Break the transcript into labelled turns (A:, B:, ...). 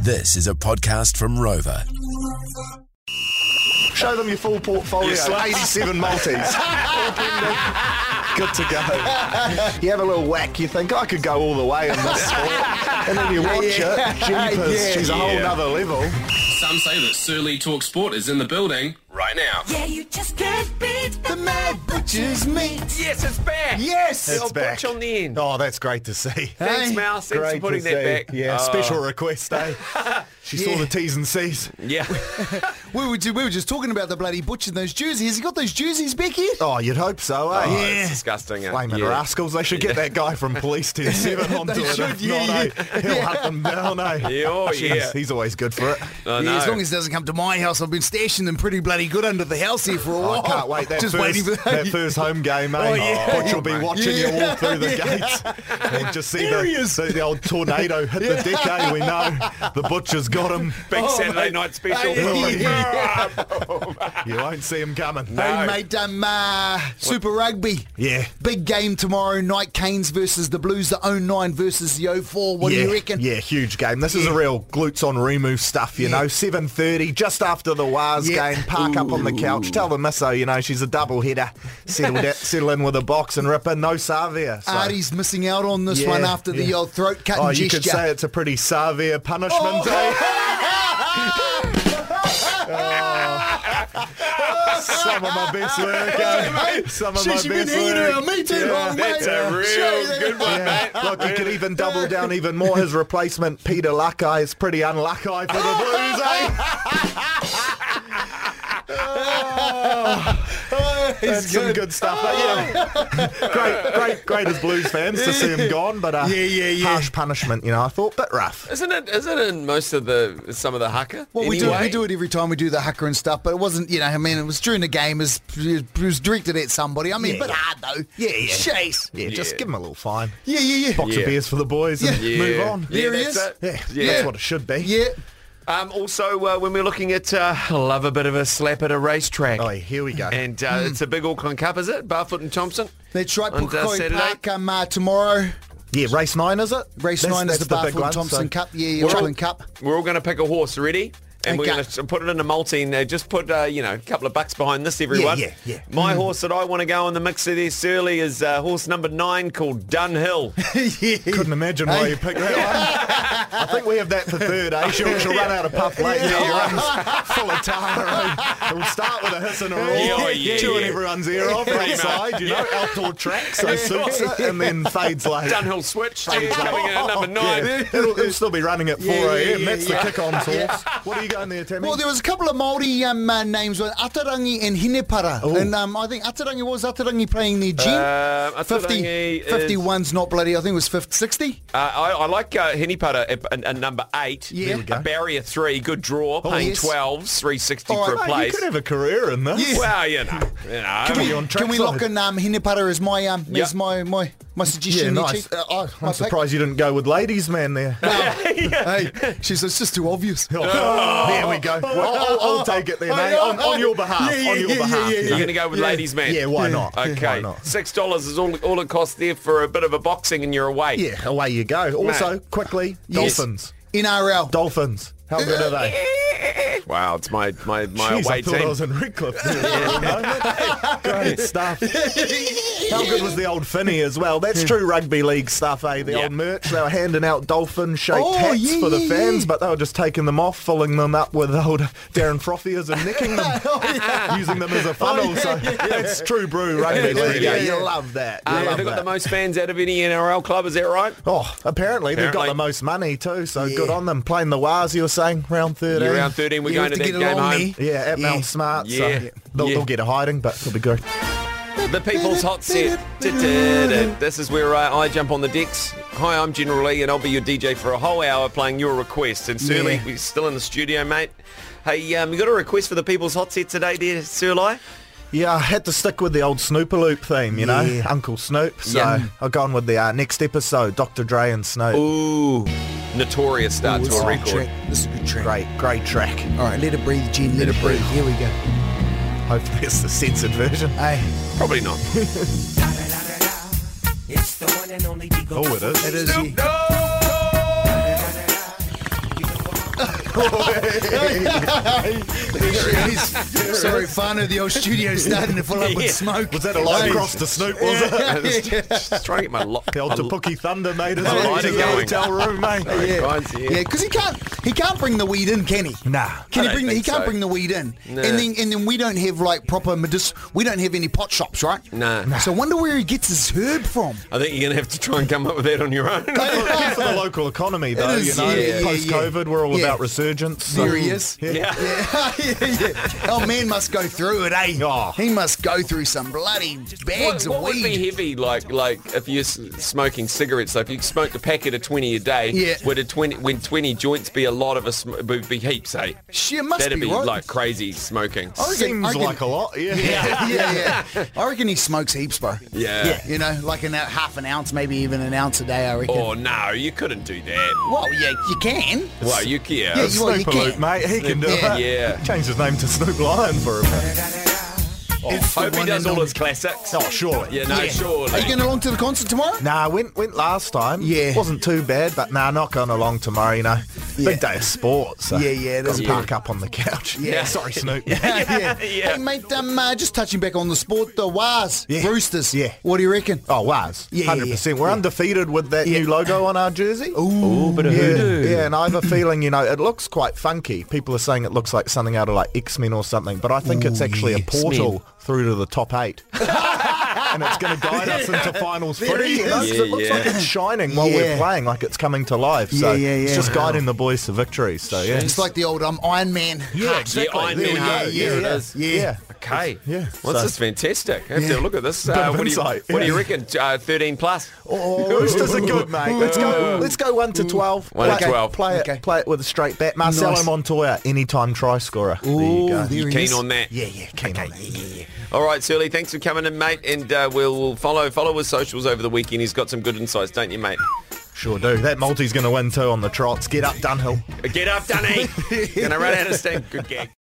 A: This is a podcast from Rover.
B: Show them your full portfolio. 87 Maltese. All pending. Good to go. You have a little whack, you think, I could go all the way in this sport. And then you watch it, jeepers, she's a whole nother level.
C: Some say that Surly Talk Sport is in the building right now.
D: Yeah, you just can't beat the
B: mad butcher's meat.
E: Yes, it's back.
B: Yes!
E: I'll butch on the end.
F: Oh, that's great to see.
E: Thanks, Mouse. Thanks
B: great
E: for putting
B: to
E: that
B: see.
E: back.
F: Yeah,
E: Oh,
F: special request, eh? She saw the T's and C's.
E: yeah.
G: We were, ju- we were just talking about the bloody butcher and those jerseys. Has he got those jerseys back yet?
B: Oh, you'd hope so, eh?
E: Oh, It's disgusting. eh?
F: Flaming
E: yeah.
F: rascals. They should get that guy from Police 107 onto it.
G: should,
F: if
G: yeah,
F: not, eh? He'll hunt them down, eh?
E: Yeah, oh,
F: Jeez,
E: yeah.
F: He's always good for it.
E: I
G: Yeah, as
E: know.
G: long as it doesn't come to my house, I've been stashing them pretty bloody good under the house here for a
F: I
G: while.
F: can't wait. That,
G: just
F: first,
G: waiting for
F: that first home game, eh?
G: Oh, yeah.
F: Butch will be watching you
G: Yeah.
F: walk through the gates and just see the, see the old tornado hit the deck, eh? We know the Butcher's got him.
E: Big
G: Oh,
E: Saturday night special.
F: You won't see him coming.
G: Hey, mate, um, uh, Super Rugby.
F: Yeah.
G: Big game tomorrow night. Canes versus the Blues. The 09 versus the 04. What
F: yeah,
G: do you reckon?
F: Yeah, huge game. This is a real glutes on Remu stuff, you know. 7.30, just after the Waz
G: Yeah.
F: game, park up on the couch, tell the misso, you know, she's a double header. Settle, da- settle in with a box and ripper, no Savia. So,
G: Artie's missing out on this
F: Yeah,
G: one after the
F: yeah.
G: old throat cut
F: oh,
G: and
F: you could
G: gesture.
F: say it's a pretty Savia punishment.
G: Oh.
F: eh? Some of my best work, eh? Some of my
G: She's been
F: best
G: hanging
F: work.
G: around me too long, mate.
E: That's a real good one,
F: Yeah.
E: mate.
F: Look, he could even double down even more. His replacement, Peter Luckeye, is pretty unlucky for the
G: Oh.
F: Blues, eh? That's some good stuff. But
G: Oh.
F: yeah, great, great, great as Blues fans to see him gone, but uh,
G: Yeah, yeah, yeah.
F: harsh punishment, you know. I thought bit rough.
E: Isn't it? Isn't it in most of the some of the haka?
G: Well, we do
E: anyway?
G: we do it every time we do the hooker and stuff, but it wasn't. You know, I mean, it was during the game. It was, it was directed at somebody. I mean,
F: Yeah.
G: but hard though.
F: Yeah, yeah.
G: Jeez.
F: Yeah, just
E: Yeah.
F: give him a little fine.
G: Yeah, yeah, yeah.
F: Box
E: Yeah.
F: of beers for the boys and
E: Yeah.
F: move on.
E: Yeah,
G: There he
E: that's
G: is.
E: it.
F: Yeah,
E: Yeah.
F: that's what it should be.
G: Yeah.
E: Um, also, uh, when we're looking at, uh, I love a bit of a slap at a racetrack.
F: Oh, here we go.
E: And uh, it's a big Auckland Cup, is it? Barfoot and Thompson.
G: That's right.
E: On, uh,
G: Pukoi
E: Saturday?
G: Park um, uh, tomorrow.
F: yeah, race nine is it?
G: Race
F: That's-
G: nine is
F: that's
G: the
F: big
G: Barfield
F: one,
G: Thompson
F: so-
G: Cup. Yeah, yeah,
E: We're all-
G: Auckland Cup.
E: We're all going to pick a horse. Ready? And we're
G: Okay.
E: going to put it in a multi and uh, just put, uh, you know, a couple of bucks behind this, everyone.
F: yeah, yeah. Mm.
E: My horse that I want to go on the mix of this early is uh, horse number nine called Dunhill.
F: Couldn't imagine why you picked that one. I think we have that for third, eh? She'll, she'll run out of puff later. Your arm's full of tar. eh? It'll start with a hiss and a roar,
E: Yeah, yeah,
F: chewing
E: yeah.
F: everyone's ear off
E: Pretty
F: outside, you know, outdoor track, so suits it, and then fades later.
E: Dunhill switch. She's coming in at number nine.
F: Yeah. It'll, it'll still be running at 4
G: yeah,
F: a.m.
G: yeah,
F: That's the kick-on horse. What are you going there, Tammy?
G: Well, there was a couple of Maori um, uh, names, like Atarangi and Hinepara, and um, I think Atarangi was Atarangi playing their G.
E: Um, I thought
G: 50,
E: Rangi is-
G: 51's not bloody. I think it was 50, 60.
E: Uh, I, I like uh, Heniputta at, at, at number eight.
G: Yeah. There we
F: go. Oh,
E: A barrier three, good draw, paying
G: yes.
E: 12s, 360
G: All right,
E: for a
F: Mate, you
E: place.
F: could have a career in this.
E: Well, you know, you know.
F: Can we- on
G: Can we
F: trackside.
G: lock in um, Hinepara as my um,
E: Yeah.
G: as my my my suggestion?
F: Yeah,
G: there,
F: nice.
G: Chief? Uh, oh,
F: I'm
G: my pick.
F: surprised you didn't go with ladies, man, there.
G: Hey, she says it's just too obvious.
F: Oh, there we go. Well, I'll, I'll take it then, eh? On, on your behalf.
G: Yeah, yeah,
F: on your
G: yeah, yeah,
F: behalf.
G: yeah,
E: You're going to go with ladies, man.
F: Yeah, why not? Why
E: Okay,
F: not?
E: six dollars is all all it costs there for a bit of a boxing, and you're away.
F: Yeah, away you go. Also, quickly,
G: Yes.
F: Dolphins.
G: NRL.
F: Dolphins. How good are they?
E: Wow, it's my my my
F: Jeez, I
E: away
F: thought I
E: team.
F: was in Redcliffe. there for a moment. Great stuff. How good was the old Finney as well? That's true rugby league stuff, eh? The
E: Yeah.
F: old merch. They were handing out dolphin-shaped
G: Oh,
F: hats
G: yeah,
F: for the
G: yeah,
F: fans,
G: yeah.
F: but they were just taking them off, filling them up with old Darren Frothiers and nicking them, using them as a funnel. so that's true brew rugby
E: yeah,
F: league.
E: yeah,
F: Yeah,
G: yeah.
F: you love that. You
E: Uh,
F: love
E: they got
F: that.
E: the most fans out of any NRL club. Is that right?
F: Oh, apparently, they've got
E: Apparently.
F: the most money too, so good on them. Playing the Waz, you were saying, round 13.
E: You're round 13. We're
G: You
E: going
G: have
E: to,
G: to
E: that
G: get
E: game
G: along,
E: home.
G: eh?
F: Yeah, at Mount Smart, so
E: Yeah.
F: they'll,
E: Yeah.
F: they'll get a hiding, but it'll be good.
E: The People's Hot Set. This is where uh, I jump on the decks. Hi, I'm General Lee, and I'll be your DJ for a whole hour playing your requests. And Surly,
G: Yeah.
E: we're still in the studio, mate. Hey, um, you got a request for the People's Hot Set today, dear Surly?
F: Yeah, I had to stick with the old Snooper Loop theme, you know, Uncle Snoop. So
E: Yeah.
F: I've gone with the uh, next episode, Dr. Dre and Snoop.
E: Ooh, notorious start to a
G: This is a good
E: record.
G: track. This is a good track.
F: Great, great track.
G: All right, let it breathe, Jen. Let, it breathe. Here we go.
F: Hopefully it's the censored version.
G: Hey.
E: Probably not.
F: Oh, it is.
G: It is. yeah. There is. Sorry, Fano, the old studio's starting to fill up with
E: Yeah.
G: smoke.
F: Was that a line across to Snoop, was it?
E: Just trying to get my lock.
F: The old Tapuki Thunder made it.
E: I like it
F: Yeah,
E: going.
F: hotel room, mate.
E: Guys, yeah.
G: Yeah, because he can't he can't bring the weed in, can he?
F: Nah.
G: Can
E: I
G: he
E: don't
G: bring? The, he
E: think
G: can't
E: so.
G: bring the weed in,
E: Nah.
G: and then and then we don't have like proper medic. We don't have any pot shops, right?
E: Nah. Nah.
G: So I wonder where he gets his herb from.
E: I think you're going to have to try and come up with that on your own.
F: Good for the local economy, though,
G: is,
F: you know,
G: yeah, yeah,
F: post-COVID, we're all
G: yeah.
F: about resurgence. so-
G: There he is.
E: yeah.
G: Yeah, yeah, yeah. Our Oh, man must go through it, eh?
F: Oh.
G: He must go through some bloody
E: What,
G: bags
E: what
G: of
E: would
G: weed.
E: be heavy, like like if you're s- smoking cigarettes? So if you smoked a packet of twenty a day,
G: Yeah.
E: would a twenty would twenty joints be a lot of a sm- would be heaps? Eh?
G: Shit, must
E: That'd
G: be,
E: be,
G: right?
E: like crazy smoking.
G: I reckon-
F: Seems
G: I reckon-
F: like a lot, yeah.
G: yeah, yeah, yeah. I reckon he smokes heaps, bro.
E: Yeah.
G: You know, like an, half an ounce, maybe even an ounce a day, I reckon.
E: Oh no, you couldn't do that.
G: Well, yeah, you can.
E: Well, you can.
G: Yeah, you- well,
F: Snoop
G: can.
F: Loop, mate. He can do
G: Yeah.
F: it.
E: Yeah.
F: Change his name to Snoop Lion for a minute.
G: It's the
E: Hope he
G: one
E: does
G: and
E: all
G: only-
E: his classics.
F: Oh, surely.
E: Yeah, no,
G: Yeah.
E: surely.
G: Are you going along to the concert tomorrow?
F: Nah, went went last time.
G: Yeah.
F: wasn't too bad, but nah, not going along tomorrow. You know,
G: Yeah.
F: big day of sport. So
G: Yeah, yeah, it
F: Got
G: is
F: to
G: a
F: park up on the couch.
G: Yeah.
F: sorry, Snoop.
G: yeah.
E: Yeah.
G: Hey, mate, um, uh, just touching back on the sport, the Wars,
F: Yeah.
G: Roosters.
F: Yeah.
G: What do you reckon?
F: Oh, was
G: Yeah, yeah, yeah.
F: hundred percent. We're undefeated with that new logo on our jersey.
E: Ooh, bit of
F: Yeah,
E: hoodoo.
F: yeah, and I have a feeling, you know, it looks quite funky. People are saying it looks like something out of like X Men or something, but I think it's actually a portal through to the top eight. and it's going to guide us into finals three. you know, 'cause
E: Yeah,
F: it looks
E: yeah.
F: like it's shining while
G: Yeah.
F: we're playing, like it's coming to life. So
G: Yeah, yeah, yeah.
F: it's just guiding the boys to victory. So yeah.
G: It's like the old um, Iron Man.
F: yeah,
E: Yeah, I
F: There
E: knew
F: we go.
E: that.
G: yeah,
E: There it
G: yeah.
E: is.
G: Yeah.
F: Yeah.
E: Okay.
F: Yeah.
E: Well,
F: So-
E: this is fantastic. I have
G: Yeah.
E: to look at this.
F: Bit
E: Uh,
F: of
E: what, do you,
F: insight,
E: what do you
F: yeah.
E: reckon? Uh, 13 plus?
F: Oh, Roosters are good, mate. Let's go. Let's go one to twelve.
E: Mm. One to
F: Play-
E: 12.
F: Play it.
G: Okay.
F: Play it with a straight bat. Marcelo
G: Nice.
F: Montoya, anytime try scorer. there you go.
G: there
E: You
G: he is.
E: keen on that?
F: Yeah, yeah, keen on that.
E: All right, Surly, thanks for coming in, mate. And uh, we'll, we'll follow follow his socials over the weekend. He's got some good insights, don't you, mate?
F: Sure do. That Maltese going to win too on the trots. Get up, Dunhill.
E: Get up, Dunny. Gonna run out of steam. Good gag.